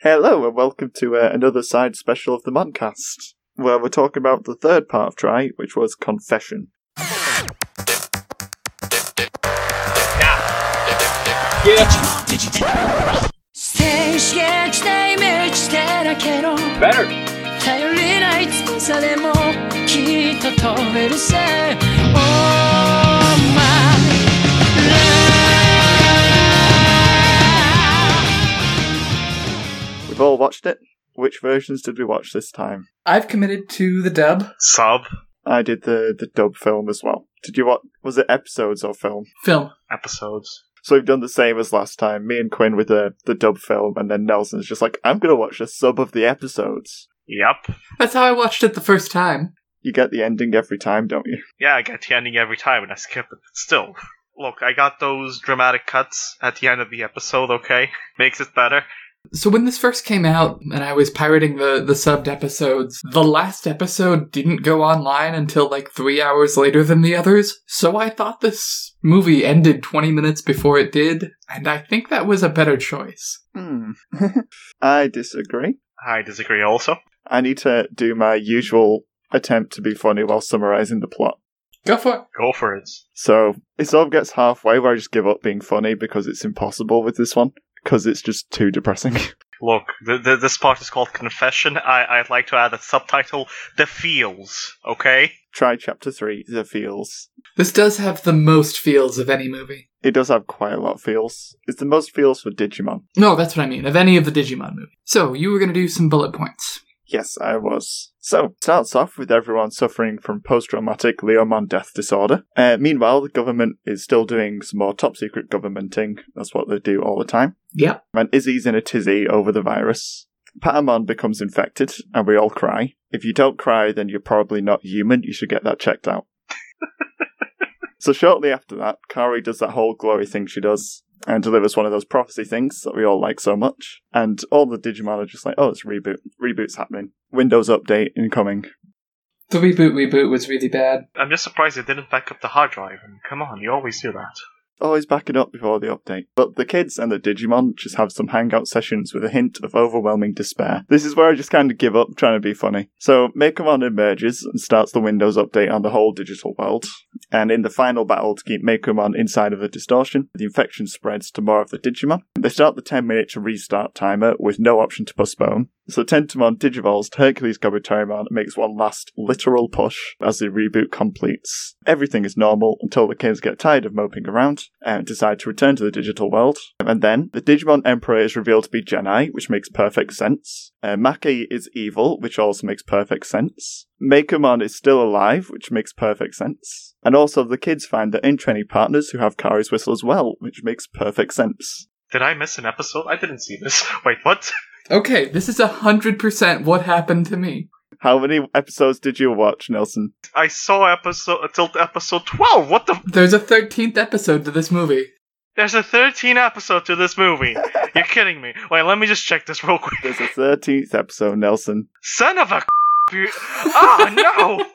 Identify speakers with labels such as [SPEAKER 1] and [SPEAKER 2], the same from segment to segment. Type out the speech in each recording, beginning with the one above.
[SPEAKER 1] Hello and welcome to uh, another side special of the Moncast, where we're talking about the third part of Try, which was Confession.
[SPEAKER 2] Seçgeçte müçlere kero
[SPEAKER 3] Better.
[SPEAKER 2] 頼りない翼でもきっと飛べるさ Oh my
[SPEAKER 1] We've all watched it. Which versions did we watch this time?
[SPEAKER 4] I've committed to the dub
[SPEAKER 3] Sub.
[SPEAKER 1] I did the, the dub film as well. Did you watch? Was it episodes or film?
[SPEAKER 4] film.
[SPEAKER 3] Episodes.
[SPEAKER 1] So we've done the same as last time. Me and Quinn with the the dub film, and then Nelson's just like, "I'm gonna watch a sub of the episodes."
[SPEAKER 3] Yep.
[SPEAKER 4] That's how I watched it the first time.
[SPEAKER 1] You get the ending every time, don't you?
[SPEAKER 3] Yeah, I get the ending every time and I skip it. Still. Look, I got those dramatic cuts at the end of the episode, okay? Makes it better.
[SPEAKER 4] So when this first came out and I was pirating the, the subbed episodes, the last episode didn't go online until like three hours later than the others. So I thought this movie ended 20 minutes before it did, and I think that was a better choice.
[SPEAKER 1] Hmm. I disagree.
[SPEAKER 3] I disagree also.
[SPEAKER 1] I need to do my usual attempt to be funny while summarizing the plot.
[SPEAKER 4] Go for it.
[SPEAKER 3] Go for it.
[SPEAKER 1] So it sort of gets halfway where I just give up being funny because it's impossible with this one because it's just too depressing.
[SPEAKER 3] Look, th- th- this part is called Confession. I- I'd like to add a subtitle The Feels, okay?
[SPEAKER 1] Try chapter three, the feels.
[SPEAKER 4] This does have the most feels of any movie.
[SPEAKER 1] It does have quite a lot of feels. It's the most feels for Digimon.
[SPEAKER 4] No, that's what I mean, of any of the Digimon movies. So you were going to do some bullet points.
[SPEAKER 1] Yes, I was. So, it starts off with everyone suffering from post traumatic Leomon death disorder. Uh, meanwhile, the government is still doing some more top secret governmenting. That's what they do all the time.
[SPEAKER 4] Yep.
[SPEAKER 1] And Izzy's in a tizzy over the virus. Patamon becomes infected, and we all cry. If you don't cry, then you're probably not human. You should get that checked out. so, shortly after that, Kari does that whole glory thing she does and delivers one of those prophecy things that we all like so much. And all the Digimon are just like, oh, it's a reboot. Reboot's happening. Windows update incoming.
[SPEAKER 4] The reboot reboot was really bad.
[SPEAKER 3] I'm just surprised they didn't back up the hard drive. And come on, you always do that.
[SPEAKER 1] Always backing up before the update. But the kids and the Digimon just have some hangout sessions with a hint of overwhelming despair. This is where I just kind of give up trying to be funny. So Mekamon emerges and starts the Windows update on the whole digital world. And in the final battle to keep Mekumon inside of the distortion, the infection spreads to more of the Digimon. They start the 10 minute to restart timer with no option to postpone. So Tentamon digivolves to Hercules Gobuterimon and makes one last literal push as the reboot completes. Everything is normal until the kids get tired of moping around and decide to return to the digital world. And then the Digimon Emperor is revealed to be Genai, which makes perfect sense. Uh, Maki is evil, which also makes perfect sense. Makomon is still alive, which makes perfect sense. And also, the kids find that in training partners who have Kari's whistle as well, which makes perfect sense.
[SPEAKER 3] Did I miss an episode? I didn't see this. Wait, what?
[SPEAKER 4] Okay, this is 100% what happened to me.
[SPEAKER 1] How many episodes did you watch, Nelson?
[SPEAKER 3] I saw episode till episode 12. What the
[SPEAKER 4] There's a 13th episode to this movie.
[SPEAKER 3] There's a 13 episode to this movie. You're kidding me. Wait, let me just check this real quick.
[SPEAKER 1] There's a 13th episode, Nelson.
[SPEAKER 3] Son of a. you- Ah no!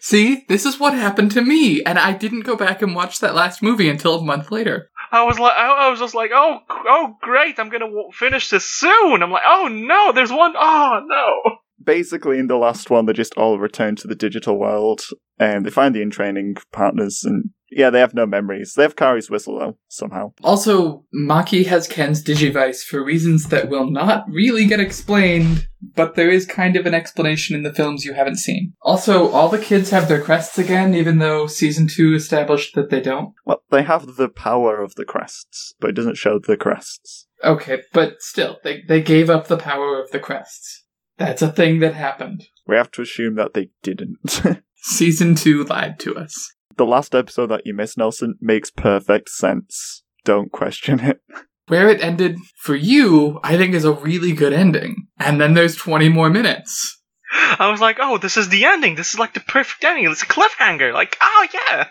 [SPEAKER 4] See, this is what happened to me, and I didn't go back and watch that last movie until a month later.
[SPEAKER 3] I was like, I, I was just like, oh, oh, great! I'm gonna w- finish this soon. I'm like, oh no, there's one. Oh no!
[SPEAKER 1] basically in the last one they just all return to the digital world and they find the in-training partners and yeah they have no memories they have kari's whistle though somehow
[SPEAKER 4] Also, Maki has Ken's Digivice for reasons that will not really get explained, but there is kind of an explanation in the films you haven't seen. Also, all the kids have their crests again, even though season 2 established that they don't.
[SPEAKER 1] well they have the power of the crests but it doesn't show the crests
[SPEAKER 4] Okay, but still, they, they gave up the power of the crests. That's a thing that happened.
[SPEAKER 1] we have to assume that they didn't
[SPEAKER 4] Season 2 lied to us.
[SPEAKER 1] the last episode that you missed nelson makes perfect sense don't question it
[SPEAKER 4] Where it ended for you, I think, is a really good ending. And then there's 20 more minutes.
[SPEAKER 3] I was like, oh, this is the ending. This is like the perfect ending. It's a cliffhanger. Like, oh yeah.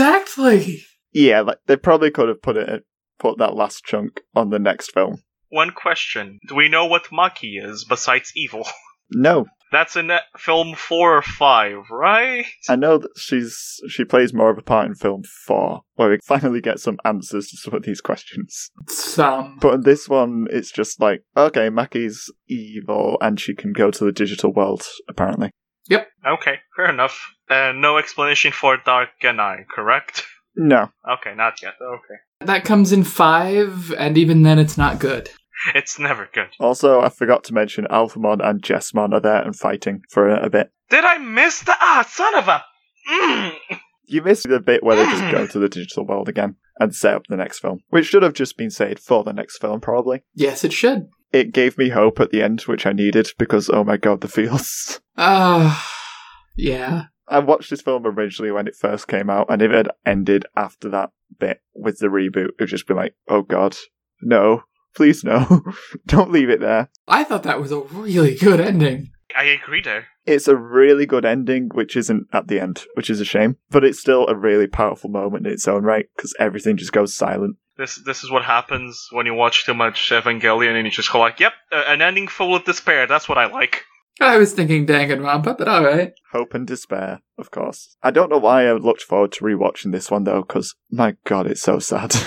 [SPEAKER 4] Exactly!
[SPEAKER 1] yeah like they probably could have put it put that last chunk on the next film
[SPEAKER 3] One question: Do we know what Maki is besides evil?
[SPEAKER 1] no
[SPEAKER 3] That's in uh, film four or five, right?
[SPEAKER 1] I know that she's she plays more of a part in film four, where we finally get some answers to some of these questions.
[SPEAKER 4] Some.
[SPEAKER 1] But in this one, it's just like, okay, Maki's evil, and she can go to the digital world. Apparently,
[SPEAKER 3] Okay, fair enough. Uh, no explanation for Dark Ganai, correct?
[SPEAKER 1] no.
[SPEAKER 3] Okay, not yet. Okay.
[SPEAKER 4] That comes in five, and even then it's not good.
[SPEAKER 3] It's never good.
[SPEAKER 1] Also, I forgot to mention Alphamon and Jessmon are there and fighting for a, a bit.
[SPEAKER 3] Did I miss the. Ah, son of a. Mm.
[SPEAKER 1] You missed the bit where they just go to the digital world again and set up the next film, which should have just been said for the next film, probably.
[SPEAKER 4] Yes, it should.
[SPEAKER 1] It gave me hope at the end, which I needed because oh my god, the feels.
[SPEAKER 4] Ah, yeah.
[SPEAKER 1] I watched this film originally when it first came out, and if it had ended after that bit with the reboot, it would just be like, oh god, no, please no, don't leave it there.
[SPEAKER 4] I thought that was a really good ending.
[SPEAKER 3] I agree there.
[SPEAKER 1] It's a really good ending, which isn't at the end, which is a shame, but it's still a really powerful moment in its own right because everything just goes silent.
[SPEAKER 3] This this is what happens when you watch too much Evangelion and you just go like, yep, uh, an ending full of despair. That's what I like.
[SPEAKER 4] I was thinking Danganronpa, but all right.
[SPEAKER 1] Hope and despair, of course. I don't know why I looked forward to rewatching this one though, because my god, it's so sad.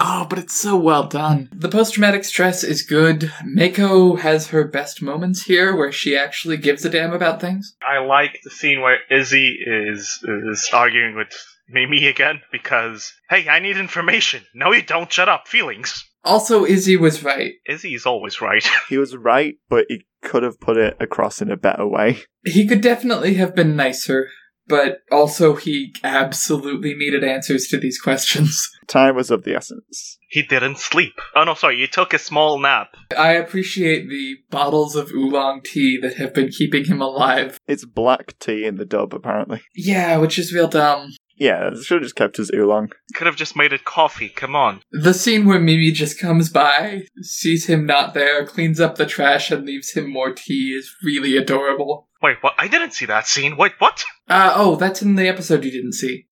[SPEAKER 4] Oh, but it's so well done. The post traumatic stress is good. Mako has her best moments here where she actually gives a damn about things.
[SPEAKER 3] I like the scene where Izzy is is arguing with Mimi again because hey, I need information. No, you don't. Shut up. Feelings.
[SPEAKER 4] Also, Izzy was right.
[SPEAKER 3] Izzy is always right.
[SPEAKER 1] he was right, but he could have put it across in a better way.
[SPEAKER 4] He could definitely have been nicer, but also he absolutely needed answers to these questions.
[SPEAKER 1] Time was of the essence.
[SPEAKER 3] he didn't sleep. Oh no, sorry. You took a small nap.
[SPEAKER 4] I appreciate the bottles of oolong tea that have been keeping him alive.
[SPEAKER 1] It's black tea in the dub, apparently.
[SPEAKER 4] Yeah, which is real dumb.
[SPEAKER 1] Yeah, it should have just kept as oolong.
[SPEAKER 3] Could have just made it coffee. Come on.
[SPEAKER 4] The scene where Mimi just comes by, sees him not there, cleans up the trash, and leaves him more tea is really adorable.
[SPEAKER 3] Wait, what? I didn't see that scene. Wait, what?
[SPEAKER 4] Uh, oh, that's in the episode you didn't see.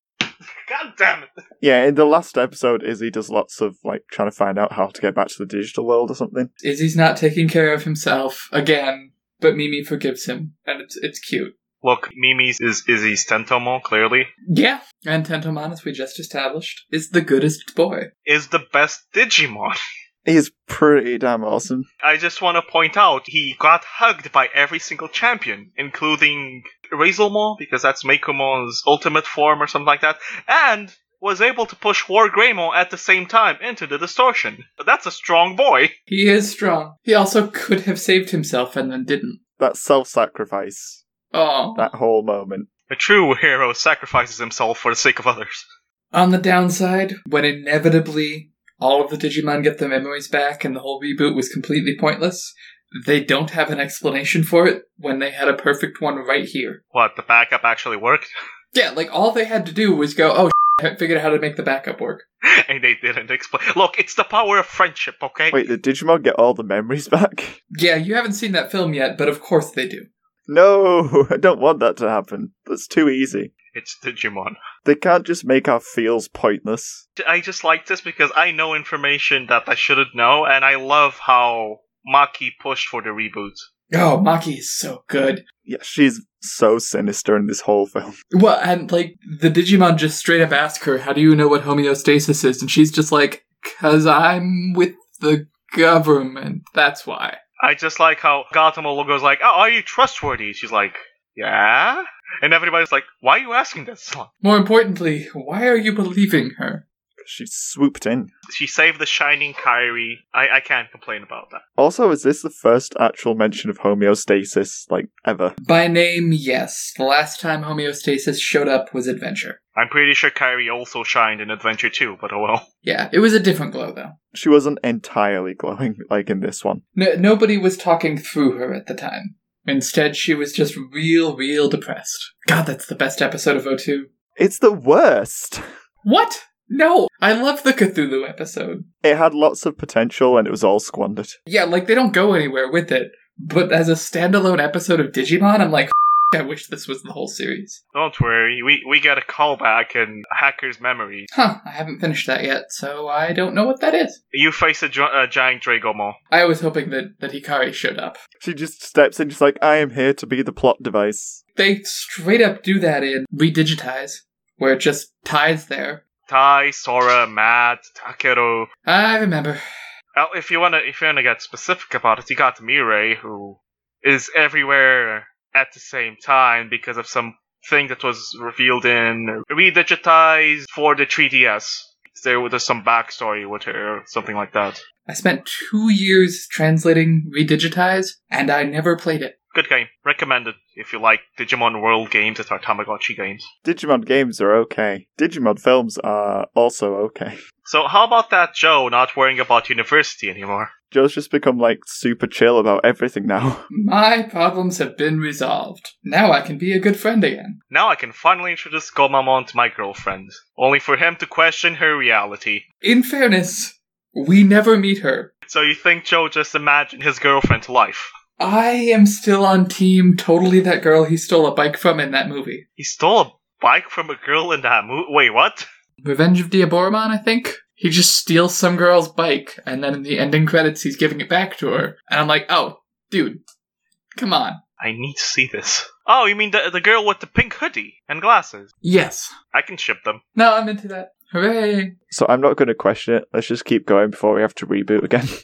[SPEAKER 3] God damn it.
[SPEAKER 1] Yeah, in the last episode, Izzy does lots of, like, trying to find out how to get back to the digital world or something.
[SPEAKER 4] Izzy's not taking care of himself again, but Mimi forgives him, and it's it's cute.
[SPEAKER 3] Look, Mimi's is Izzy's Tentomo, clearly,
[SPEAKER 4] Yeah, and Tentomanus, we just established, is the goodest boy.
[SPEAKER 3] is the best Digimon.
[SPEAKER 1] He's pretty damn awesome.
[SPEAKER 3] I just want to point out he got hugged by every single champion, including Razelmon, because that's Makumon's ultimate form or something like that, and was able to push War Greymon at the same time into the distortion. That's a strong boy.
[SPEAKER 4] He is strong. He also could have saved himself and then didn't.
[SPEAKER 1] That self sacrifice,
[SPEAKER 4] Oh.
[SPEAKER 1] that whole moment.
[SPEAKER 3] A true hero sacrifices himself for the sake of others.
[SPEAKER 4] On the downside, when inevitably all of the Digimon get their memories back and the whole reboot was completely pointless, they don't have an explanation for it when they had a perfect one right here.
[SPEAKER 3] What, the backup actually worked?
[SPEAKER 4] Yeah, like all they had to do was go, oh, I figured out how to make the backup work.
[SPEAKER 3] and they didn't explain. Look, it's the power of friendship, okay?
[SPEAKER 1] Wait, did Digimon get all the memories back?
[SPEAKER 4] Yeah, you haven't seen that film yet, but of course they do.
[SPEAKER 1] No, I don't want that to happen. That's too easy.
[SPEAKER 3] It's Digimon.
[SPEAKER 1] They can't just make our feels pointless.
[SPEAKER 3] I just like this because I know information that I shouldn't know, and I love how Maki pushed for the reboot.
[SPEAKER 4] Oh, Maki is so good.
[SPEAKER 1] Yeah, she's so sinister in this whole film.
[SPEAKER 4] Well, and like the Digimon just straight up ask her, how do you know what homeostasis is? And she's just like, cause I'm with the government. That's why.
[SPEAKER 3] I just like how Gautama goes like, "Oh, are you trustworthy?" She's like, "Yeah," and everybody's like, "Why are you asking this?"
[SPEAKER 4] More importantly, why are you believing her?
[SPEAKER 1] She swooped in.
[SPEAKER 3] She saved the shining Kyrie. I, I can't complain about that.
[SPEAKER 1] Also, is this the first actual mention of homeostasis, like, ever?
[SPEAKER 4] By name, yes. The last time homeostasis showed up was Adventure.
[SPEAKER 3] I'm pretty sure Kyrie also shined in Adventure 2, but oh well.
[SPEAKER 4] Yeah, it was a different glow though.
[SPEAKER 1] she wasn't entirely glowing like in this one.
[SPEAKER 4] No, nobody was talking through her at the time. Instead, she was just real, real depressed. God, that's the best episode of O2.
[SPEAKER 1] It's the worst.
[SPEAKER 4] What? No! I love the Cthulhu episode.
[SPEAKER 1] It had lots of potential and it was all squandered.
[SPEAKER 4] Yeah, like they don't go anywhere with it, but as a standalone episode of Digimon, I'm like, I wish this was the whole series.
[SPEAKER 3] Don't worry, we, we got a callback in Hacker's Memory.
[SPEAKER 4] Huh, I haven't finished that yet, so I don't know what that is.
[SPEAKER 3] You face a, dr- a giant Dragomo.
[SPEAKER 4] I was hoping that, that Hikari showed up.
[SPEAKER 1] She just steps in, just like, I am here to be the plot device.
[SPEAKER 4] They straight up do that in Redigitize, where it just ties there.
[SPEAKER 3] Tai, Sora, Matt, Takeru.
[SPEAKER 4] I remember.
[SPEAKER 3] Uh, If you wanna if you wanna get specific about it, you got Mirai, who is everywhere at the same time because of some thing that was revealed in redigitized for the 3DS. There was some backstory with her, something like that.
[SPEAKER 4] I spent two years translating Redigitize, and I never played it.
[SPEAKER 3] Good game, recommended if you like Digimon World games that are Tamagotchi games.
[SPEAKER 1] Digimon games are okay. Digimon films are also okay.
[SPEAKER 3] So how about that Joe not worrying about university anymore?
[SPEAKER 1] Joe's just become like super chill about everything now.
[SPEAKER 4] My problems have been resolved. Now I can be a good friend again.
[SPEAKER 3] Now I can finally introduce Gomamon to my girlfriend, only for him to question her reality.
[SPEAKER 4] In fairness, we never meet her.
[SPEAKER 3] So you think Joe just imagined his girlfriend life?
[SPEAKER 4] I am still on team totally that girl he stole a bike from in that movie.
[SPEAKER 3] He stole a bike from a girl in that movie. Wait, what?
[SPEAKER 4] Revenge of Diaboromon, I think? He just steals some girl's bike, and then in the ending credits, he's giving it back to her. And I'm like, oh, dude, come on.
[SPEAKER 3] I need to see this. Oh, you mean the the girl with the pink hoodie and glasses?
[SPEAKER 4] Yes.
[SPEAKER 3] I can ship them.
[SPEAKER 4] No, I'm into that. Hooray.
[SPEAKER 1] So I'm not going to question it. Let's just keep going before we have to reboot again.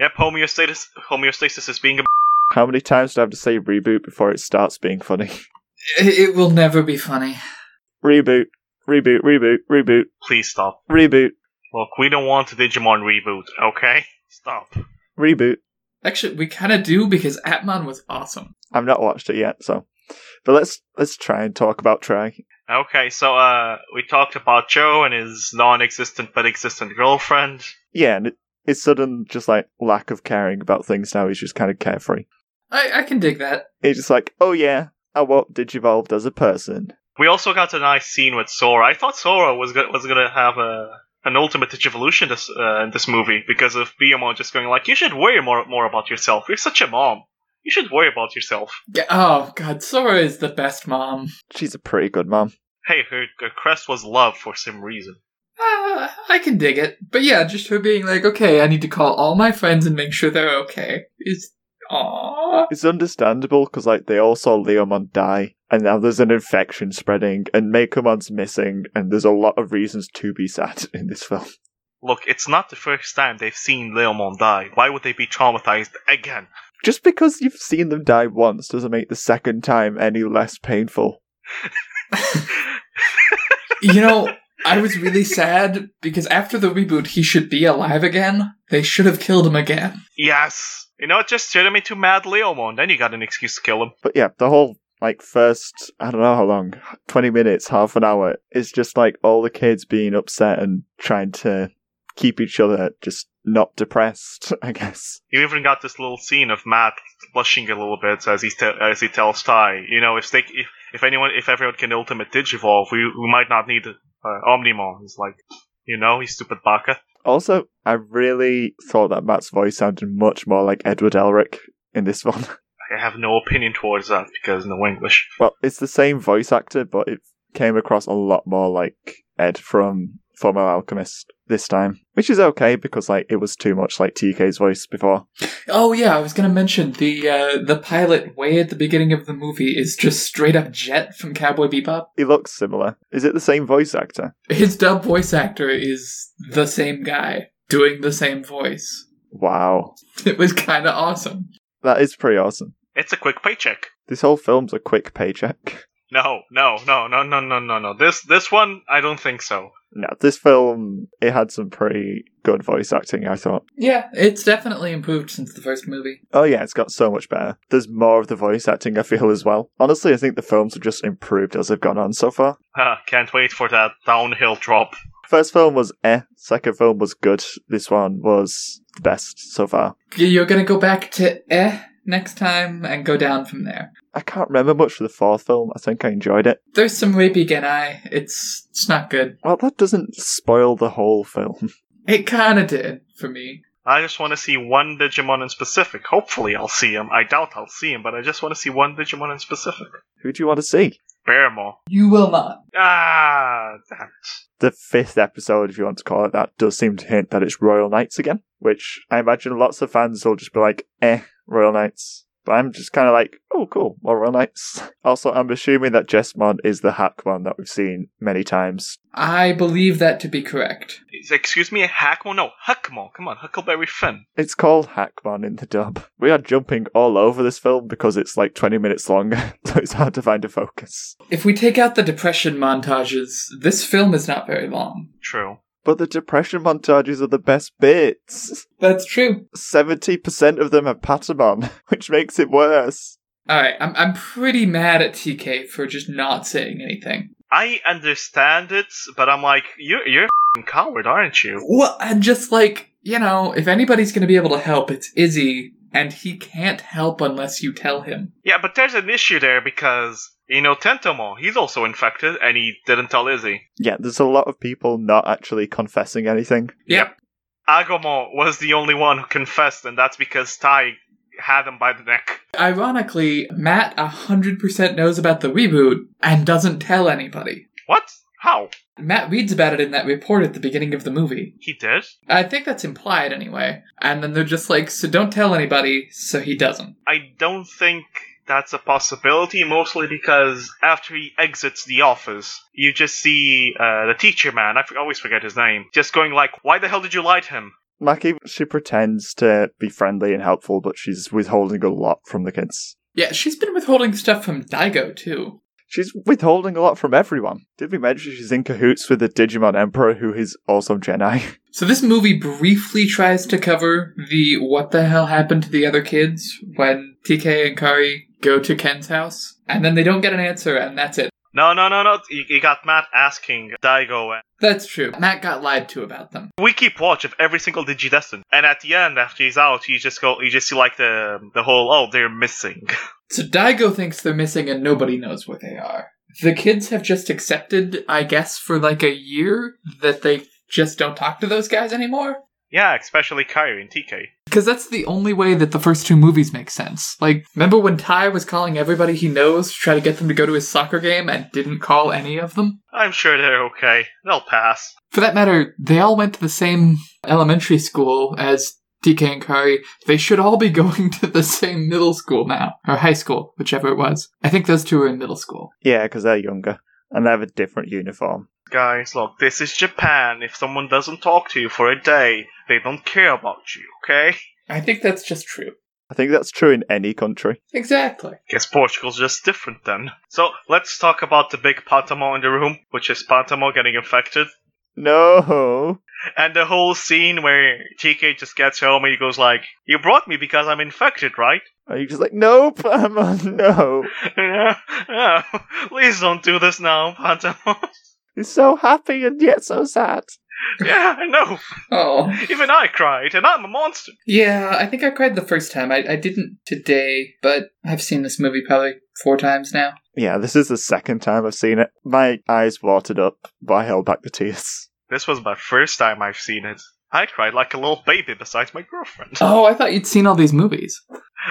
[SPEAKER 3] Yep, homeostasis homeostasis is being a
[SPEAKER 1] How many times do I have to say reboot before it starts being funny?
[SPEAKER 4] It, it will never be funny.
[SPEAKER 1] Reboot, reboot, reboot, reboot,
[SPEAKER 3] please stop.
[SPEAKER 1] reboot,
[SPEAKER 3] Look, we don't want a Digimon reboot, okay? Stop.
[SPEAKER 1] reboot.
[SPEAKER 4] Actually, we kind of do because Atmon was awesome.
[SPEAKER 1] I've not watched it yet, so. But let's let's try and talk about trying.
[SPEAKER 3] Okay, so uh we talked about Joe and his non existent but existent girlfriend.
[SPEAKER 1] Yeah, and it, his sudden just like lack of caring about things now he's just kind of carefree.
[SPEAKER 4] I, I can dig that.
[SPEAKER 1] He's just like, oh yeah, I walked digivolved as a person.
[SPEAKER 3] We also got a nice scene with Sora. I thought Sora was go- was gonna have a an ultimate digivolution this uh, in this movie because of Biomo just going like, you should worry more more about yourself. You're such a mom. You should worry about yourself.
[SPEAKER 4] Yeah, oh, God, Sora is the best mom.
[SPEAKER 1] She's a pretty good mom.
[SPEAKER 3] Hey, her, her crest was love for some reason.
[SPEAKER 4] Uh, I can dig it. But yeah, just her being like, okay, I need to call all my friends and make sure they're okay. Is Aww.
[SPEAKER 1] It's understandable because like they all saw Leomon die, and now there's an infection spreading, and Makomon's missing, and there's a lot of reasons to be sad in this film.
[SPEAKER 3] Look, it's not the first time they've seen Leomon die. Why would they be traumatized again?
[SPEAKER 1] Just because you've seen them die once doesn't make the second time any less painful.
[SPEAKER 4] You know, I was really sad because after the reboot, he should be alive again. They should have killed him again.
[SPEAKER 3] Yes. You know, just turn him into Mad Leomon. Then you got an excuse to kill him.
[SPEAKER 1] But yeah, the whole like first I don't know how long, twenty minutes, half an hour, is just like all the kids being upset and trying to keep each other just not depressed, I guess.
[SPEAKER 3] You even got this little scene of Matt blushing a little bit as he te- as he tells Ty, you know, if they if, if anyone if everyone can ultimate digivolve, we we might not need uh, Omnimon. He's like, you know, he's stupid baka.
[SPEAKER 1] Also, I really thought that Matt's voice sounded much more like Edward Elric in this one.
[SPEAKER 3] I have no opinion towards that because no English.
[SPEAKER 1] Well, it's the same voice actor, but it came across a lot more like Ed from Former Alchemist this time, which is okay because like it was too much like TK's voice before.
[SPEAKER 4] Oh yeah, I was gonna mention the uh, the pilot way at the beginning of the movie is just straight up Jet from Cowboy Bebop.
[SPEAKER 1] He looks similar. Is it the same voice actor?
[SPEAKER 4] His dub voice actor is the same guy doing the same voice.
[SPEAKER 1] Wow,
[SPEAKER 4] It was kind of awesome.
[SPEAKER 1] that is pretty awesome.
[SPEAKER 3] It's a quick paycheck.
[SPEAKER 1] This whole film's a quick paycheck.
[SPEAKER 3] No, no, no, no, no, no, no, no. This this one, I don't think so.
[SPEAKER 1] No, this film it had some pretty good voice acting. I thought.
[SPEAKER 4] Yeah, it's definitely improved since the first movie.
[SPEAKER 1] Oh yeah, it's got so much better. There's more of the voice acting. I feel as well. Honestly, I think the films have just improved as they've gone on so far.
[SPEAKER 3] Ah, can't wait for that downhill drop.
[SPEAKER 1] First film was eh. Second film was good. This one was the best so far.
[SPEAKER 4] You're gonna go back to eh next time and go down from there.
[SPEAKER 1] I can't remember much of the fourth film. I think I enjoyed it.
[SPEAKER 4] There's some rapey genai. It's it's not good.
[SPEAKER 1] Well, that doesn't spoil the whole film.
[SPEAKER 4] It kind of did for me.
[SPEAKER 3] I just want to see one Digimon in specific. Hopefully, I'll see him. I doubt I'll see him, but I just want to see one Digimon in specific.
[SPEAKER 1] Who do you want to see?
[SPEAKER 3] Barrymore.
[SPEAKER 4] You will not.
[SPEAKER 3] Ah, damn it.
[SPEAKER 1] The fifth episode, if you want to call it that, does seem to hint that it's Royal Knights again, which I imagine lots of fans will just be like, eh, Royal Knights. But I'm just kind of like, oh, cool, more Royal Knights. Also, I'm assuming that Jessmon is the Hackmon that we've seen many times.
[SPEAKER 4] I believe that to be correct.
[SPEAKER 3] Is- Excuse me, Hackmo? No, Huckmo. Come on, Huckleberry Finn.
[SPEAKER 1] It's called Hackmon in the dub. We are jumping all over this film because it's like 20 minutes long, so it's hard to find a focus.
[SPEAKER 4] If we take out the depression montages, this film is not very long.
[SPEAKER 3] True.
[SPEAKER 1] But the depression montages are the best bits.
[SPEAKER 4] That's true.
[SPEAKER 1] 70% of them are Patamon, which makes it worse.
[SPEAKER 4] All right, I'm I'm pretty mad at TK for just not saying anything.
[SPEAKER 3] I understand it, but I'm like, you, you're a f***ing coward, aren't you?
[SPEAKER 4] Well, and just like you know, if anybody's gonna be able to help, it's Izzy, and he can't help unless you tell him.
[SPEAKER 3] Yeah, but there's an issue there because, you know, Tentomo, he's also infected and he didn't tell Izzy.
[SPEAKER 1] Yeah, there's a lot of people not actually confessing anything.
[SPEAKER 4] Yeah,
[SPEAKER 3] Agomo was the only one who confessed, and that's because Tai had him by the neck.
[SPEAKER 4] Ironically, Matt 100% knows about the reboot and doesn't tell anybody.
[SPEAKER 3] What? How?
[SPEAKER 4] Matt reads about it in that report at the beginning of the movie.
[SPEAKER 3] He did?
[SPEAKER 4] I think that's implied anyway. And then they're just like, so don't tell anybody, so he doesn't.
[SPEAKER 3] I don't think that's a possibility, mostly because after he exits the office, you just see uh, the teacher man, I f- always forget his name, just going like, why the hell did you lie to him?
[SPEAKER 1] Maki, she pretends to be friendly and helpful, but she's withholding a lot from the kids.
[SPEAKER 4] Yeah, she's been withholding stuff from Daigo too.
[SPEAKER 1] She's withholding a lot from everyone. Did we mention she's in cahoots with the Digimon Emperor, who is also Jedi?
[SPEAKER 4] So this movie briefly tries to cover the what the hell happened to the other kids when TK and Kari go to Ken's house, and then they don't get an answer, and that's it.
[SPEAKER 3] No, no, no, no. You, you got Matt asking Daigo.
[SPEAKER 4] That's true. Matt got lied to about them.
[SPEAKER 3] We keep watch of every single Digidestin, and at the end, after he's out, you just go, you just see like the the whole, oh, they're missing.
[SPEAKER 4] So Daigo thinks they're missing and nobody knows where they are. The kids have just accepted, I guess, for like a year that they just don't talk to those guys anymore.
[SPEAKER 3] yeah, especially Kyrie and TK.
[SPEAKER 4] Because that's the only way that the first two movies make sense. Like, remember when Ty was calling everybody he knows to try to get them to go to his soccer game and didn't call any of them?
[SPEAKER 3] I'm sure they're okay. They'll pass.
[SPEAKER 4] For that matter, they all went to the same elementary school as TK and Kari. They should all be going to the same middle school now, or high school, whichever it was. I think those two were in middle school.
[SPEAKER 1] Yeah, because they're younger and they have a different uniform.
[SPEAKER 3] Guys, look, this is Japan. If someone doesn't talk to you for a day, they don't care about you, okay?
[SPEAKER 4] I think that's just true.
[SPEAKER 1] I think that's true in any country.
[SPEAKER 4] Exactly.
[SPEAKER 3] Guess Portugal's just different then. So let's talk about the big Pantamo in the room, which is Pantamo getting infected,
[SPEAKER 1] No!
[SPEAKER 3] and the whole scene where TK just gets home and he goes like, "You brought me because I'm infected, right?"
[SPEAKER 1] Are you just like, nope, Patamon, no!
[SPEAKER 3] Yeah, Please don't do this now, Pantamo.
[SPEAKER 1] He's so happy and yet so sad.
[SPEAKER 3] yeah, I know.
[SPEAKER 4] Oh.
[SPEAKER 3] Even I cried, and I'm a monster.
[SPEAKER 4] Yeah, I think I cried the first time. I, I didn't today, but I've seen this movie probably four times now.
[SPEAKER 1] Yeah, this is the second time I've seen it. My eyes watered up, but I held back the tears.
[SPEAKER 3] This was my first time I've seen it. I cried like a little baby besides my girlfriend.
[SPEAKER 4] Oh, I thought you'd seen all these movies.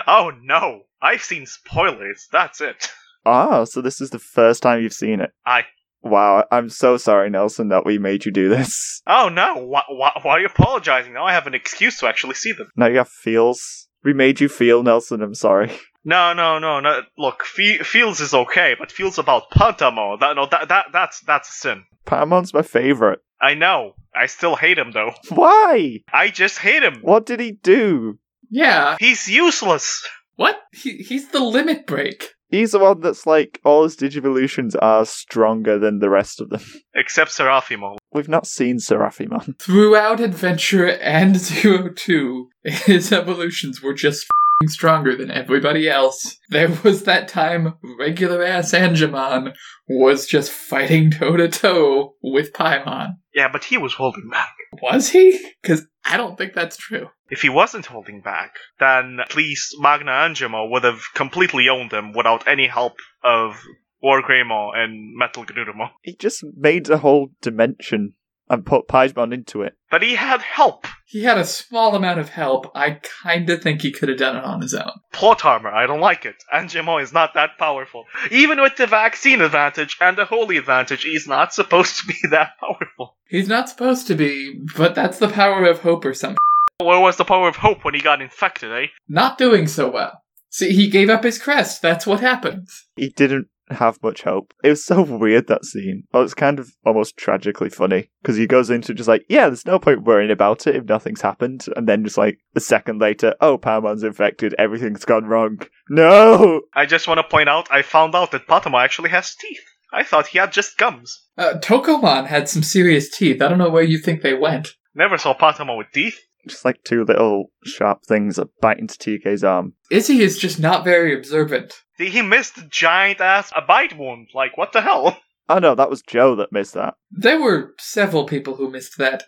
[SPEAKER 3] Oh no! I've seen spoilers, that's it.
[SPEAKER 1] Ah, so this is the first time you've seen it.
[SPEAKER 3] I.
[SPEAKER 1] Wow, I'm so sorry, Nelson, that we made you do this.
[SPEAKER 3] Oh no! Why, why, why are you apologizing? Now I have an excuse to actually see them.
[SPEAKER 1] Now you have feels. We made you feel, Nelson, I'm sorry.
[SPEAKER 3] No, no, no, no. Look, Fe- Fields is okay, but Fields about Pantamo. That, no, that, that, that's, that's a sin.
[SPEAKER 1] Patamon's my favorite.
[SPEAKER 3] I know. I still hate him though.
[SPEAKER 1] Why?
[SPEAKER 3] I just hate him.
[SPEAKER 1] What did he do?
[SPEAKER 4] Yeah.
[SPEAKER 3] He's useless.
[SPEAKER 4] What? He, he's the limit break.
[SPEAKER 1] He's the one that's like, all his Digivolutions are stronger than the rest of them.
[SPEAKER 3] Except Seraphimo.
[SPEAKER 1] We've not seen Seraphimon.
[SPEAKER 4] Throughout Adventure and Zero Two, his evolutions were just f***ing stronger than everybody else. There was that time regular ass Angemon was just fighting toe to toe with Paimon.
[SPEAKER 3] Yeah, but he was holding back.
[SPEAKER 4] Was he? Because I don't think that's true.
[SPEAKER 3] If he wasn't holding back, then at least Magna Angemo would have completely owned him without any help of Wargreymon and Metal Gnudumo.
[SPEAKER 1] He just made a whole dimension and put Paimon into it.
[SPEAKER 3] But he had help.
[SPEAKER 4] He had a small amount of help. I kinda think he could have done it on his own.
[SPEAKER 3] Plot armor, I don't like it. Angemo is not that powerful. Even with the vaccine advantage and the holy advantage, he's not supposed to be that powerful.
[SPEAKER 4] He's not supposed to be, but that's the power of hope or something.
[SPEAKER 3] Where was the power of hope when he got infected, eh?
[SPEAKER 4] Not doing so well. See, he gave up his crest. That's what happens.
[SPEAKER 1] He didn't have much hope. It was so weird that scene. Oh, it's kind of almost tragically funny because he goes into just like, yeah, there's no point worrying about it if nothing's happened, and then just like a second later, oh, Pamon's infected, everything's gone wrong. No,
[SPEAKER 3] I just want to point out, I found out that Patama actually has teeth. I thought he had just gums.
[SPEAKER 4] Uh, Tokomon had some serious teeth. I don't know where you think they went.
[SPEAKER 3] Never saw Patama with teeth.
[SPEAKER 1] just like two little sharp things that bite into TK's arm.
[SPEAKER 4] Izzy is just not very observant.
[SPEAKER 3] He missed giant ass a bite wound. Like, what the hell?
[SPEAKER 1] Oh no, that was Joe that missed that.
[SPEAKER 4] There were several people who missed that,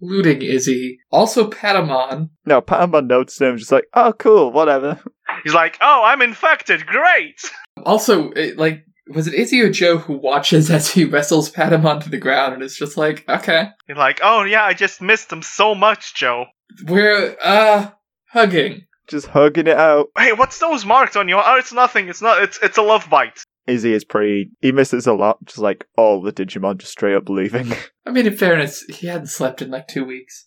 [SPEAKER 4] including Izzy. Also, Patamon.
[SPEAKER 1] No, Patamon noticed him, just like, oh, cool, whatever.
[SPEAKER 3] He's like, oh, I'm infected. Great.
[SPEAKER 4] Also, it, like, was it Izzy or Joe who watches as he wrestles Patamon to the ground and is just like, okay,
[SPEAKER 3] He's like, oh yeah, I just missed him so much, Joe.
[SPEAKER 4] we're, uh, hugging.
[SPEAKER 1] Just hugging it out.
[SPEAKER 3] Hey, what's those marks on you? Oh, it's nothing. It's not. It's it's a love bite.
[SPEAKER 1] Izzy is pretty. He misses a lot, just like all the Digimon just straight up leaving.
[SPEAKER 4] I mean, in fairness, he hadn't slept in like two weeks.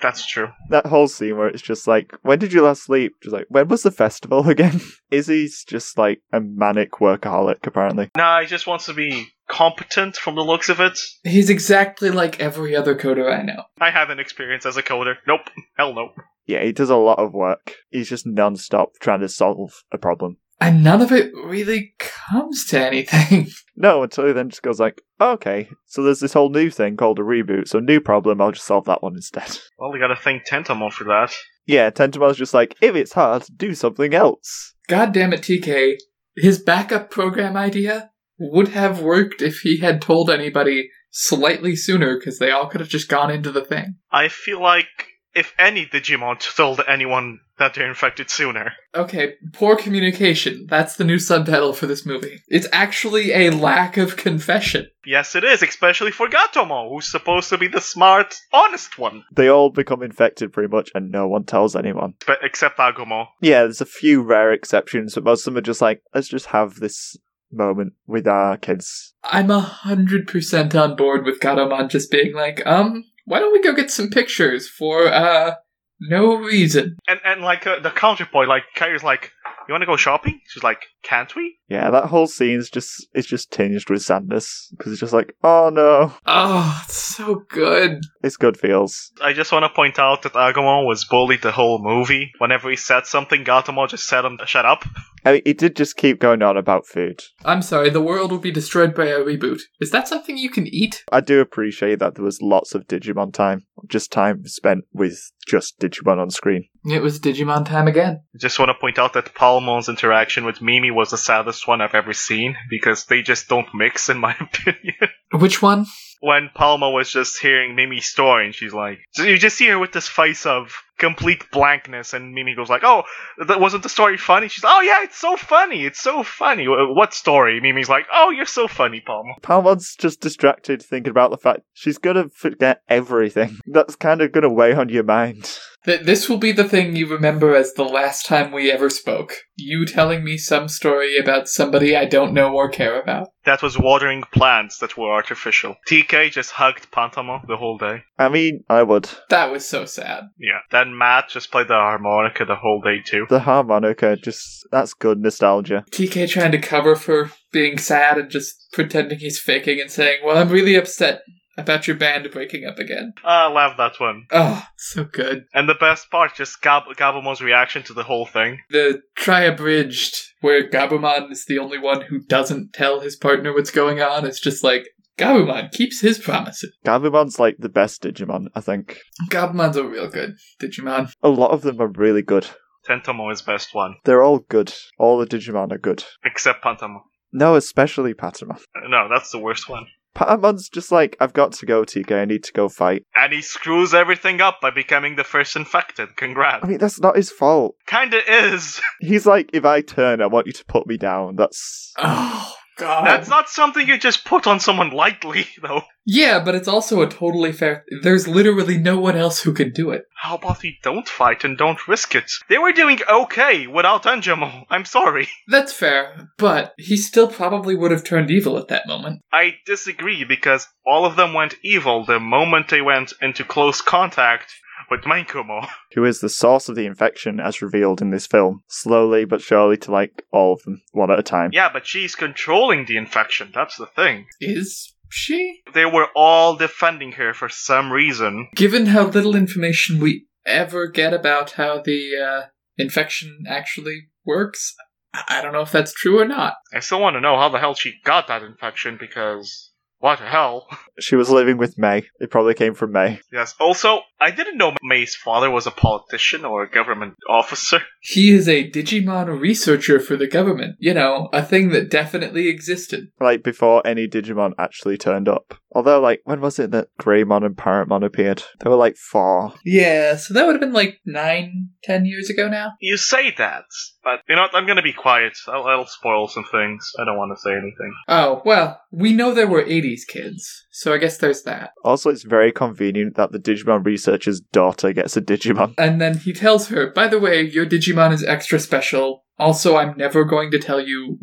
[SPEAKER 3] That's true.
[SPEAKER 1] that whole scene where it's just like, when did you last sleep? Just like, when was the festival again? Izzy's just like a manic workaholic, apparently.
[SPEAKER 3] Nah, he just wants to be competent from the looks of it.
[SPEAKER 4] He's exactly like every other coder I know.
[SPEAKER 3] I haven't experienced as a coder. Nope. Hell no.
[SPEAKER 1] Yeah, he does a lot of work. He's just non stop trying to solve a problem.
[SPEAKER 4] And none of it really comes to anything.
[SPEAKER 1] No, until he then just goes like, okay, so there's this whole new thing called a reboot, so new problem, I'll just solve that one instead.
[SPEAKER 3] Well, we gotta thank Tentamon for that.
[SPEAKER 1] Yeah, Tentamon's just like, if it's hard, do something else.
[SPEAKER 4] God damn it, TK. His backup program idea would have worked if he had told anybody slightly sooner because they all could have just gone into the thing.
[SPEAKER 3] I feel like if any Digimon told anyone that they're infected sooner,
[SPEAKER 4] Okay, poor communication. That's the new subtitle for this movie. It's actually a lack of confession.
[SPEAKER 3] Yes, it is, especially for Gatomo, who's supposed to be the smart, honest one.
[SPEAKER 1] They all become infected pretty much, and no one tells anyone.
[SPEAKER 3] But except Agumo.
[SPEAKER 1] Yeah, there's a few rare exceptions, but most of them are just like, let's just have this moment with our kids.
[SPEAKER 4] I'm a hundred percent on board with Gatomon just being like, um, why don't we go get some pictures for uh no reason.
[SPEAKER 3] And and like uh, the counterpoint, like Kairi's like, "You want to go shopping?" She's like, "Can't we?"
[SPEAKER 1] Yeah, that whole scene is just it's just tinged with sadness because it's just like, oh no,
[SPEAKER 4] Oh, it's so good.
[SPEAKER 1] it's good feels.
[SPEAKER 3] I just want to point out that Agumon was bullied the whole movie. Whenever he said something, Gatomo just said him to shut up.
[SPEAKER 1] I mean, it did just keep going on about food.
[SPEAKER 4] I'm sorry, the world will be destroyed by a reboot. Is that something you can eat?
[SPEAKER 1] I do appreciate that there was lots of Digimon time, just time spent with just Digimon on screen.
[SPEAKER 4] It was Digimon time again.
[SPEAKER 3] Just want to point out that Palmon's interaction with Mimi was the saddest one I've ever seen because they just don't mix, in my opinion.
[SPEAKER 4] Which one?
[SPEAKER 3] when Palma was just hearing Mimi's story, and she's like, so you just see her with this face of complete blankness, and Mimi goes like, "Oh, that wasn't the story funny?" She's, "Oh yeah, it's so funny, it's so funny." "Wh- What story? Mimi's like, "Oh, you're so funny, Palma."
[SPEAKER 1] Palmon's just distracted thinking about the fact she's gonna forget everything. That's kind of gonna weigh on your mind.
[SPEAKER 4] Th- this will be the thing you remember as the last time we ever spoke. You telling me some story about somebody I don't know or care about.
[SPEAKER 3] That was watering plants that were artificial. TK just hugged Pantamo the whole day.
[SPEAKER 1] I mean, I would.
[SPEAKER 4] That was so sad.
[SPEAKER 3] Yeah. Then Matt just played the harmonica the whole day too.
[SPEAKER 1] The harmonica, just that's good nostalgia.
[SPEAKER 4] TK trying to cover for being sad and just pretending he's faking and saying, Well, I'm really upset about your band breaking up again.
[SPEAKER 3] I love that one.
[SPEAKER 4] Oh, so good.
[SPEAKER 3] And the best part, just Gab- Gabumon's reaction to the whole thing.
[SPEAKER 4] The tri-abridged, where Gabumon is the only one who doesn't tell his partner what's going on, it's just like, Gabumon keeps his promises.
[SPEAKER 1] Gabumon's like the best Digimon, I think.
[SPEAKER 4] Gabumon's a real good Digimon.
[SPEAKER 1] A lot of them are really good.
[SPEAKER 3] Tentamo is best one,
[SPEAKER 1] They're all good. All the Digimon are good.
[SPEAKER 3] except Pantamo.
[SPEAKER 1] No, especially Patamon.
[SPEAKER 3] No, that's the worst one.
[SPEAKER 1] Patamon's just like, I've got to go, TK, I need to go fight.
[SPEAKER 3] And he screws everything up by becoming the first infected.
[SPEAKER 1] I
[SPEAKER 3] Congrats.
[SPEAKER 1] mean, that's not his fault.
[SPEAKER 3] Kinda is.
[SPEAKER 1] He's like, if I turn, I want you to put me down. That's.
[SPEAKER 4] Oh, God.
[SPEAKER 3] That's not something you just put on someone lightly, though.
[SPEAKER 4] yeah, but it's also a totally fair. There's literally no one else who could do it.
[SPEAKER 3] How about we don't fight and don't risk it? They were doing okay without Anjamo. I'm sorry.
[SPEAKER 4] That's fair, but he still probably would have turned evil at that moment.
[SPEAKER 3] I disagree because all of them went evil the moment they went into close contact with Mankomo.
[SPEAKER 1] who is the source of the infection as revealed in this film, slowly but surely to like all of them, one at a time.
[SPEAKER 3] Yeah, but she's controlling the infection. That's the thing.
[SPEAKER 4] Is she?
[SPEAKER 3] They were all defending her for some reason.
[SPEAKER 4] Given how little information we ever get about how the uh, infection actually works, I I don't know if that's true or not.
[SPEAKER 3] I still want to know how the hell she got that infection because. What the hell?
[SPEAKER 1] She was living with May. It probably came from May.
[SPEAKER 3] Yes. Also, I didn't know May's father was a politician or a government officer.
[SPEAKER 4] He is a Digimon researcher for the government. You know, a thing that definitely existed.
[SPEAKER 1] Like before any Digimon actually turned up. Although, like, when was it that Greymon and Paramon appeared? There were like four.
[SPEAKER 4] Yeah, so that would have been like nine, ten years ago now.
[SPEAKER 3] You say that, but you know what? I'm gonna be quiet. I'll, I'll spoil some things. I don't want to say anything.
[SPEAKER 4] Oh, well, we know there were 80s kids, so I guess there's that.
[SPEAKER 1] Also, it's very convenient that the Digimon researcher's daughter gets a Digimon.
[SPEAKER 4] And then he tells her, by the way, your Digimon is extra special. Also, I'm never going to tell you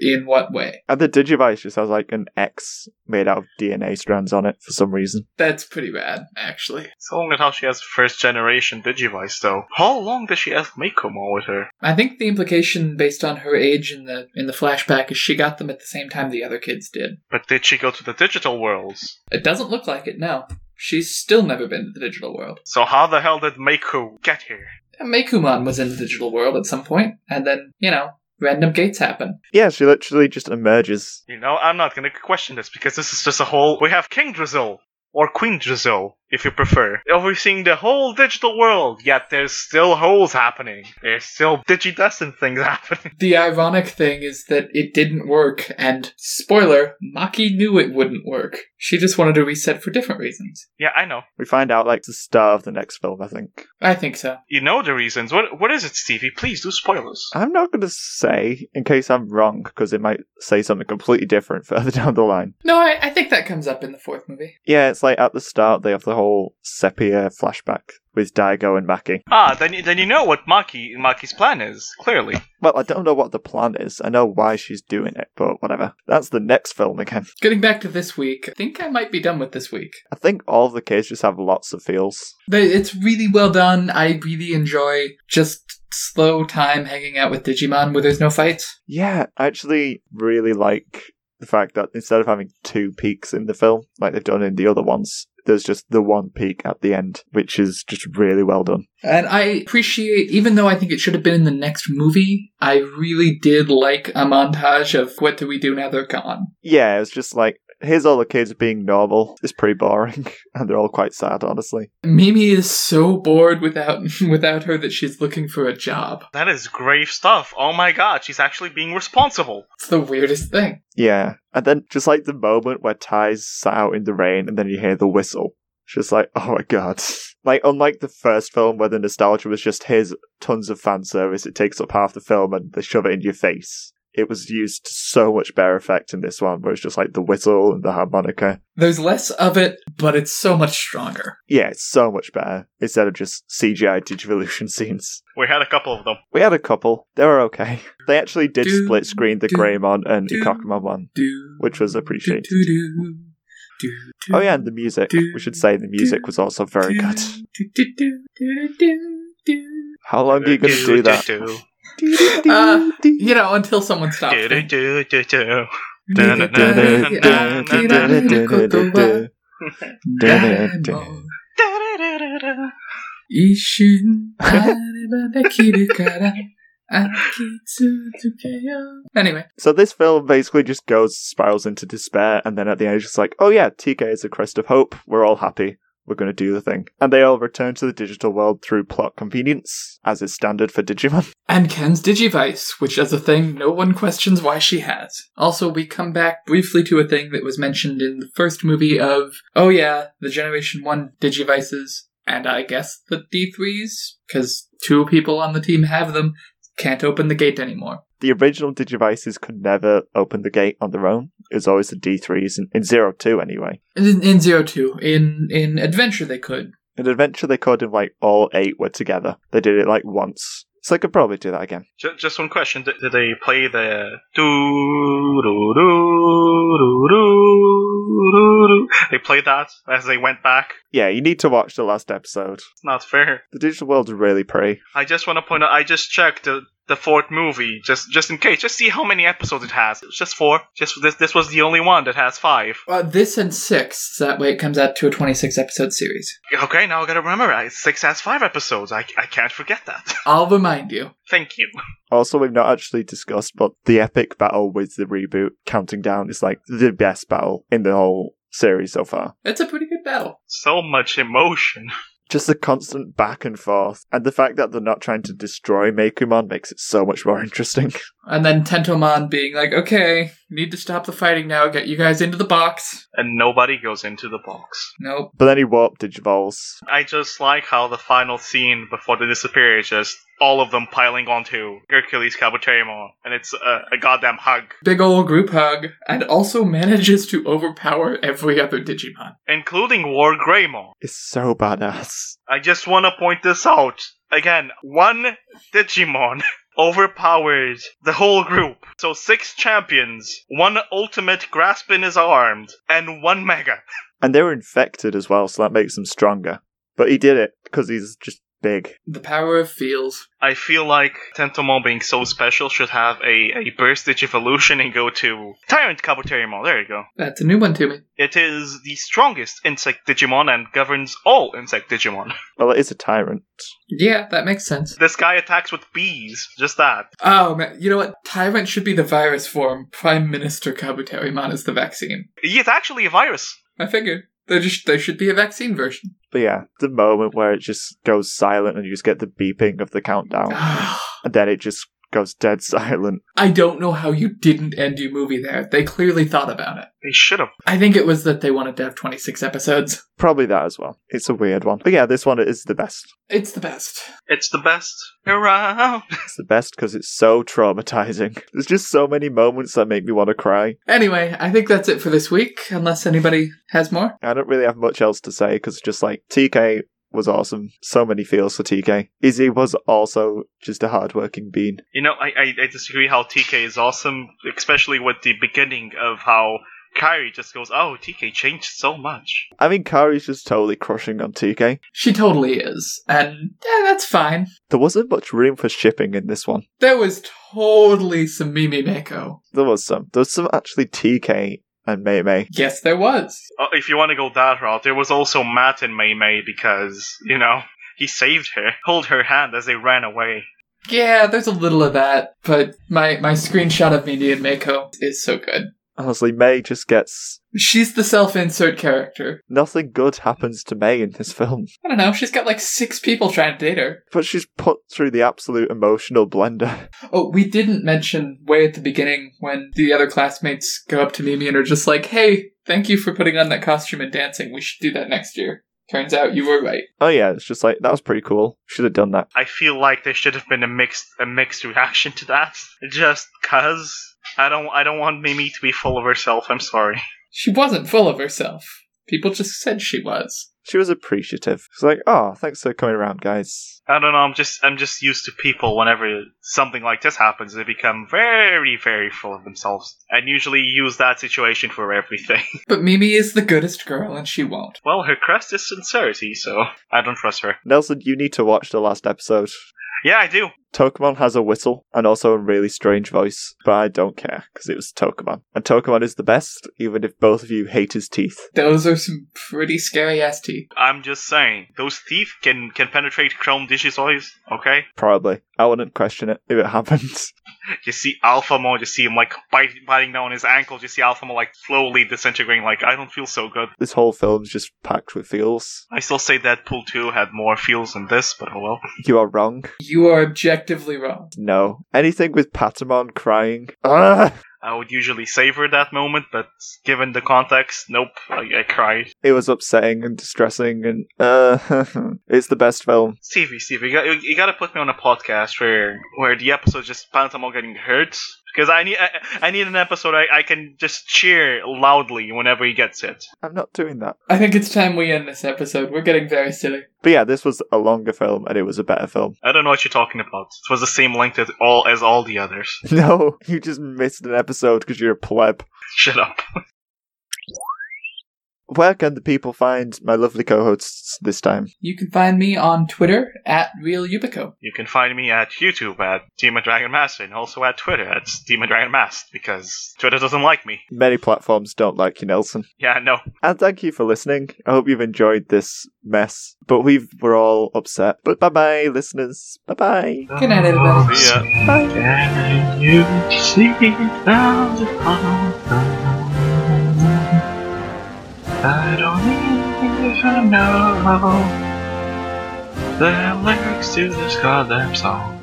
[SPEAKER 4] in what way.
[SPEAKER 1] And the Digivice just has like an X made out of DNA strands on it for some reason.
[SPEAKER 4] That's pretty bad, actually.
[SPEAKER 3] So long at how she has first generation Digivice, though. How long does she have Makomo with her?
[SPEAKER 4] I think the implication based on her age in the in the flashback is she got them at the same time the other kids did.
[SPEAKER 3] But did she go to the digital worlds?
[SPEAKER 4] It doesn't look like it, no. She's still never been to the digital world.
[SPEAKER 3] So how the hell did Mako get here?
[SPEAKER 4] And Mekumon was in the digital world at some point, and then, you know, random gates happen.
[SPEAKER 1] Yeah, she literally just emerges.
[SPEAKER 3] You know, I'm not gonna question this because this is just a whole. We have King Drizzle. Or Queen Drizzle, if you prefer. Overseeing the whole digital world, yet there's still holes happening. There's still digidestined things happening.
[SPEAKER 4] The ironic thing is that it didn't work, and spoiler, Maki knew it wouldn't work. She just wanted to reset for different reasons.
[SPEAKER 3] Yeah, I know.
[SPEAKER 1] We find out like the start of the next film, I think.
[SPEAKER 4] I think so.
[SPEAKER 3] You know the reasons. What What is it, Stevie? Please do spoilers.
[SPEAKER 1] I'm not going to say in case I'm wrong because it might say something completely different further down the line.
[SPEAKER 4] No, I, I think that comes up in the fourth movie.
[SPEAKER 1] Yeah, it's like at the start they have the whole sepia flashback with Daigo and Maki.
[SPEAKER 3] Ah, then you- then you know what Maki Maki's plan is clearly.
[SPEAKER 1] Well, I don't know what the plan is. I know why she's doing it, but whatever. That's the next film again.
[SPEAKER 4] Getting back to this week, I think I might be done with this week.
[SPEAKER 1] I think all of the kids just have lots of feels.
[SPEAKER 4] They- It's really well done. I really enjoy just slow time hanging out with Digimon where there's no fights.
[SPEAKER 1] Yeah, I actually really like the fact that instead of having two peaks in the film, like they've done in the other ones, there's just the one peak at the end, which is just really well done.
[SPEAKER 4] And I appreciate, even though I think it should have been in the next movie, I really did like a montage of what do we do now they're gone.
[SPEAKER 1] Yeah, it's just like, here's all the kids being normal. It's pretty boring, and they're all quite sad, honestly.
[SPEAKER 4] Mimi is so bored without without her that she's looking for a job.
[SPEAKER 3] That is grave stuff. Oh my god, she's actually being responsible.
[SPEAKER 4] It's the weirdest thing.
[SPEAKER 1] Yeah. And then just like the moment where Ty's sat out in the rain and then you hear the whistle. It's just like, oh my god. Like, unlike the first film where the nostalgia was just here's tons of fan service, it takes up half the film and they shove it in your face. It was used to so much better effect in this one, where it's just like the whistle and the harmonica.
[SPEAKER 4] There's less of it, but it's so much stronger.
[SPEAKER 1] Yeah, it's so much better instead of just CGI Digivolution scenes.
[SPEAKER 3] We had a couple of them.
[SPEAKER 1] We had a couple. They were okay. They actually did
[SPEAKER 4] Do-
[SPEAKER 1] split screen the
[SPEAKER 4] do-
[SPEAKER 1] Greymon and
[SPEAKER 4] do-
[SPEAKER 1] Ikokumon one,
[SPEAKER 4] Do,
[SPEAKER 1] which was appreciated.
[SPEAKER 4] do, do, do, do,
[SPEAKER 1] Oh yeah, and the music.
[SPEAKER 4] do-
[SPEAKER 1] We should say the music was also very
[SPEAKER 4] do,
[SPEAKER 1] good.
[SPEAKER 4] do, do, do, do, do, do.
[SPEAKER 1] How long are you going to do that?
[SPEAKER 4] Uh, You know, until someone stops. me.
[SPEAKER 1] Du-du-du-du-du-du. Du-du-du-du.
[SPEAKER 4] Diamond. Ishun, areba dekiru kara, akitsuzukeyo. Anyway,
[SPEAKER 1] So this film basically just goes spirals into despair, and then at the end, it's just like, oh yeah, TK is a crest of hope. We're all happy. We're going to do the thing, and they all return to the digital world through plot convenience, as is standard for Digimon.
[SPEAKER 4] and Ken's Digivice, which is a thing no one questions why she has. Also, we come back briefly to a thing that was mentioned in the first movie of, oh yeah, the Generation 1 Digivices, and I guess the D3s, because two people on the team have them, can't open the gate anymore.
[SPEAKER 1] the original Digivices could never open the gate on their own. It was always the D3s, in, in Zero Two anyway.
[SPEAKER 4] In, in Zero Two, in in Adventure, they could.
[SPEAKER 1] In Adventure, they could, and like all eight were together. They did it like once. So they could probably do that again.
[SPEAKER 3] Ju- Just one question: Did, did they play the doo doo doo doo doo doo doo? They played that as they went back.
[SPEAKER 1] Yeah, you need to watch the last episode.
[SPEAKER 3] It's not fair.
[SPEAKER 1] The digital world's really pretty.
[SPEAKER 3] I just want to point out. I just checked the the fourth movie just just in case. Just see how many episodes it has. It's just four. Just this this was the only one that has five.
[SPEAKER 4] Uh, this and six. so That way, it comes out to a twenty-six episode series.
[SPEAKER 3] Okay, now I gotta remember. I- Six has five episodes. I I can't forget that.
[SPEAKER 4] I'll remind you.
[SPEAKER 3] Thank you.
[SPEAKER 1] Also, we've not actually discussed, but the epic battle with the reboot counting down is like the best battle in the whole series so far.
[SPEAKER 4] It's a pretty good battle.
[SPEAKER 3] So much emotion.
[SPEAKER 1] Just the constant back and forth, and the fact that they're not trying to destroy Mekumon makes it so much more interesting.
[SPEAKER 4] And then Tentomon being like, "Okay, need to stop the fighting now. Get you guys into the box."
[SPEAKER 3] And nobody goes into the box.
[SPEAKER 4] Nope.
[SPEAKER 1] But then he warped Digivolves.
[SPEAKER 3] I just like how the final scene before they disappear is just all of them piling onto Hercules Cabotremo, and it's a, a goddamn hug,
[SPEAKER 4] Big ol' group hug, and also manages to overpower every other Digimon.
[SPEAKER 3] including War Greymon.
[SPEAKER 1] It's so badass.
[SPEAKER 3] I just want to point this out. Again, one Digimon overpowered the whole group. So six champions, one ultimate grasp in his arms, and one mega.
[SPEAKER 1] And they were infected as well, so that makes them stronger. But he did it because he's just big.
[SPEAKER 4] The power of feels.
[SPEAKER 3] I feel like Tentomon being so special should have a, a burst digivolution and go to Tyrant Kabuterimon. There you go.
[SPEAKER 4] That's a new one to me.
[SPEAKER 3] It is the strongest insect Digimon and governs all insect Digimon.
[SPEAKER 1] Well, it is a tyrant.
[SPEAKER 4] Yeah, that makes sense.
[SPEAKER 3] This guy attacks with bees, just that.
[SPEAKER 4] Oh man, you know what? Tyrant should be the virus form. Prime Minister Kabuterimon is the vaccine.
[SPEAKER 3] He is actually a virus.
[SPEAKER 4] I figured there just there should be a vaccine version.
[SPEAKER 1] But yeah, the moment where it just goes silent and you just get the beeping of the countdown,
[SPEAKER 4] I
[SPEAKER 1] and then it just goes dead silent.
[SPEAKER 4] don't know how you didn't end your movie there. They clearly thought about it.
[SPEAKER 3] He should have.
[SPEAKER 4] I think it was that they wanted to have 26 episodes.
[SPEAKER 1] Probably that as well. It's a weird one. But yeah, this one is the best.
[SPEAKER 4] It's the best.
[SPEAKER 3] It's the best around.
[SPEAKER 1] It's the best because it's so traumatizing. There's just so many moments that make me want to cry.
[SPEAKER 4] Anyway, I think that's it for this week, unless anybody has more.
[SPEAKER 1] I don't really have much else to say because just like TK was awesome. So many feels for TK. Izzy was also just a hardworking bean.
[SPEAKER 3] You know, I, I, I disagree how TK is awesome, especially with the beginning of how Kyrie just goes, oh, TK changed so much.
[SPEAKER 1] I mean, Kari's just totally crushing on TK.
[SPEAKER 4] She totally is. And yeah, that's fine.
[SPEAKER 1] There wasn't much room for shipping in this one.
[SPEAKER 4] There was totally some Mimi Mako.
[SPEAKER 1] There was some. There was some actually TK and Mei Mei.
[SPEAKER 4] Yes, there was.
[SPEAKER 3] Uh, if you want to go that route, there was also Matt and Mei Mei because, you know, he saved her, held her hand as they ran away.
[SPEAKER 4] Yeah, there's a little of that, but my, my screenshot of Mimi and Mako is so good.
[SPEAKER 1] Honestly, Mei just gets
[SPEAKER 4] She's the self insert character.
[SPEAKER 1] nothing good happens to Mei in this film.
[SPEAKER 4] I don't know, she's got like six people trying to date her.
[SPEAKER 1] But she's put through the absolute emotional blender.
[SPEAKER 4] Oh, we didn't mention way at the beginning when the other classmates go up to Mimi and are just like, hey, thank you for putting on that costume and dancing. We should do that next year. Turns out you were right.
[SPEAKER 1] Oh yeah, it's just like that was pretty cool. Should have done that.
[SPEAKER 3] I feel like there should have been a mixed a mixed reaction to that. Just cuz I don't I don't want Mimi to be full of herself. I'm sorry.
[SPEAKER 4] She wasn't full of herself. People just said she was.
[SPEAKER 1] She was appreciative. She's like, oh, thanks for coming around, guys.
[SPEAKER 3] I don't know. I'm just I'm just used to people. Whenever something like this happens, they become very very full of themselves and usually use that situation for everything.
[SPEAKER 4] But Mimi is the goodest girl and she won't.
[SPEAKER 3] well, her crest is sincerity, so I don't trust her.
[SPEAKER 1] Nelson, you need to watch the last episode.
[SPEAKER 3] Yeah, I do.
[SPEAKER 1] Tokemon has a whistle and also a really strange voice, but I don't care because it was Tokemon. And Tokemon is the best, even if both of you hate his teeth.
[SPEAKER 4] Those are some pretty scary ass teeth.
[SPEAKER 3] I'm just saying those teeth can can penetrate chrome digisoys. Okay,
[SPEAKER 1] Probably. I wouldn't question it if it happened.
[SPEAKER 3] you see Alpha Mo, you see him like bite, biting down his ankles. You see Alpha Mo like slowly disintegrating. Like I don't feel so good.
[SPEAKER 1] this whole film's just packed with feels.
[SPEAKER 3] I still say Deadpool 2 had more feels than this, but oh well.
[SPEAKER 1] You are wrong.
[SPEAKER 4] You are objectively wrong.
[SPEAKER 1] No. Anything with Patamon crying. Ah!
[SPEAKER 3] I would usually savor that moment, but given the context, nope, I, I cried.
[SPEAKER 1] It was upsetting and distressing, and uh, it's the best film.
[SPEAKER 3] Stevie, Stevie, you, got, you, you gotta put me on a podcast where where the episode just pantomime getting hurt. Because I need I, I need an episode I, I can just cheer loudly whenever he gets it.
[SPEAKER 1] I'm not doing that.
[SPEAKER 4] I think it's time we end this episode. We're getting very silly.
[SPEAKER 1] But yeah, this was a longer film, and it was a better film.
[SPEAKER 3] I don't know what you're talking about. It was the same length as all as all the others.
[SPEAKER 1] No, you just missed an episode because you're a pleb.
[SPEAKER 3] Shut up.
[SPEAKER 1] Where can the people find my lovely co-hosts this time?
[SPEAKER 4] You can find me on Twitter at Real Yubico.
[SPEAKER 3] You can find me at YouTube at Demon Dragon Master and also at Twitter at Demon Dragon Master because Twitter doesn't like me.
[SPEAKER 1] Many platforms don't like you, Nelson.
[SPEAKER 3] Yeah, no.
[SPEAKER 1] And thank you for listening. I hope you've enjoyed this mess. But we were all upset. But bye bye, listeners. Bye bye.
[SPEAKER 4] Good night, everybody.
[SPEAKER 3] See ya.
[SPEAKER 1] Bye.
[SPEAKER 5] Can uh, you see clouds upon the moon? I don't even know the lyrics to this goddamn song.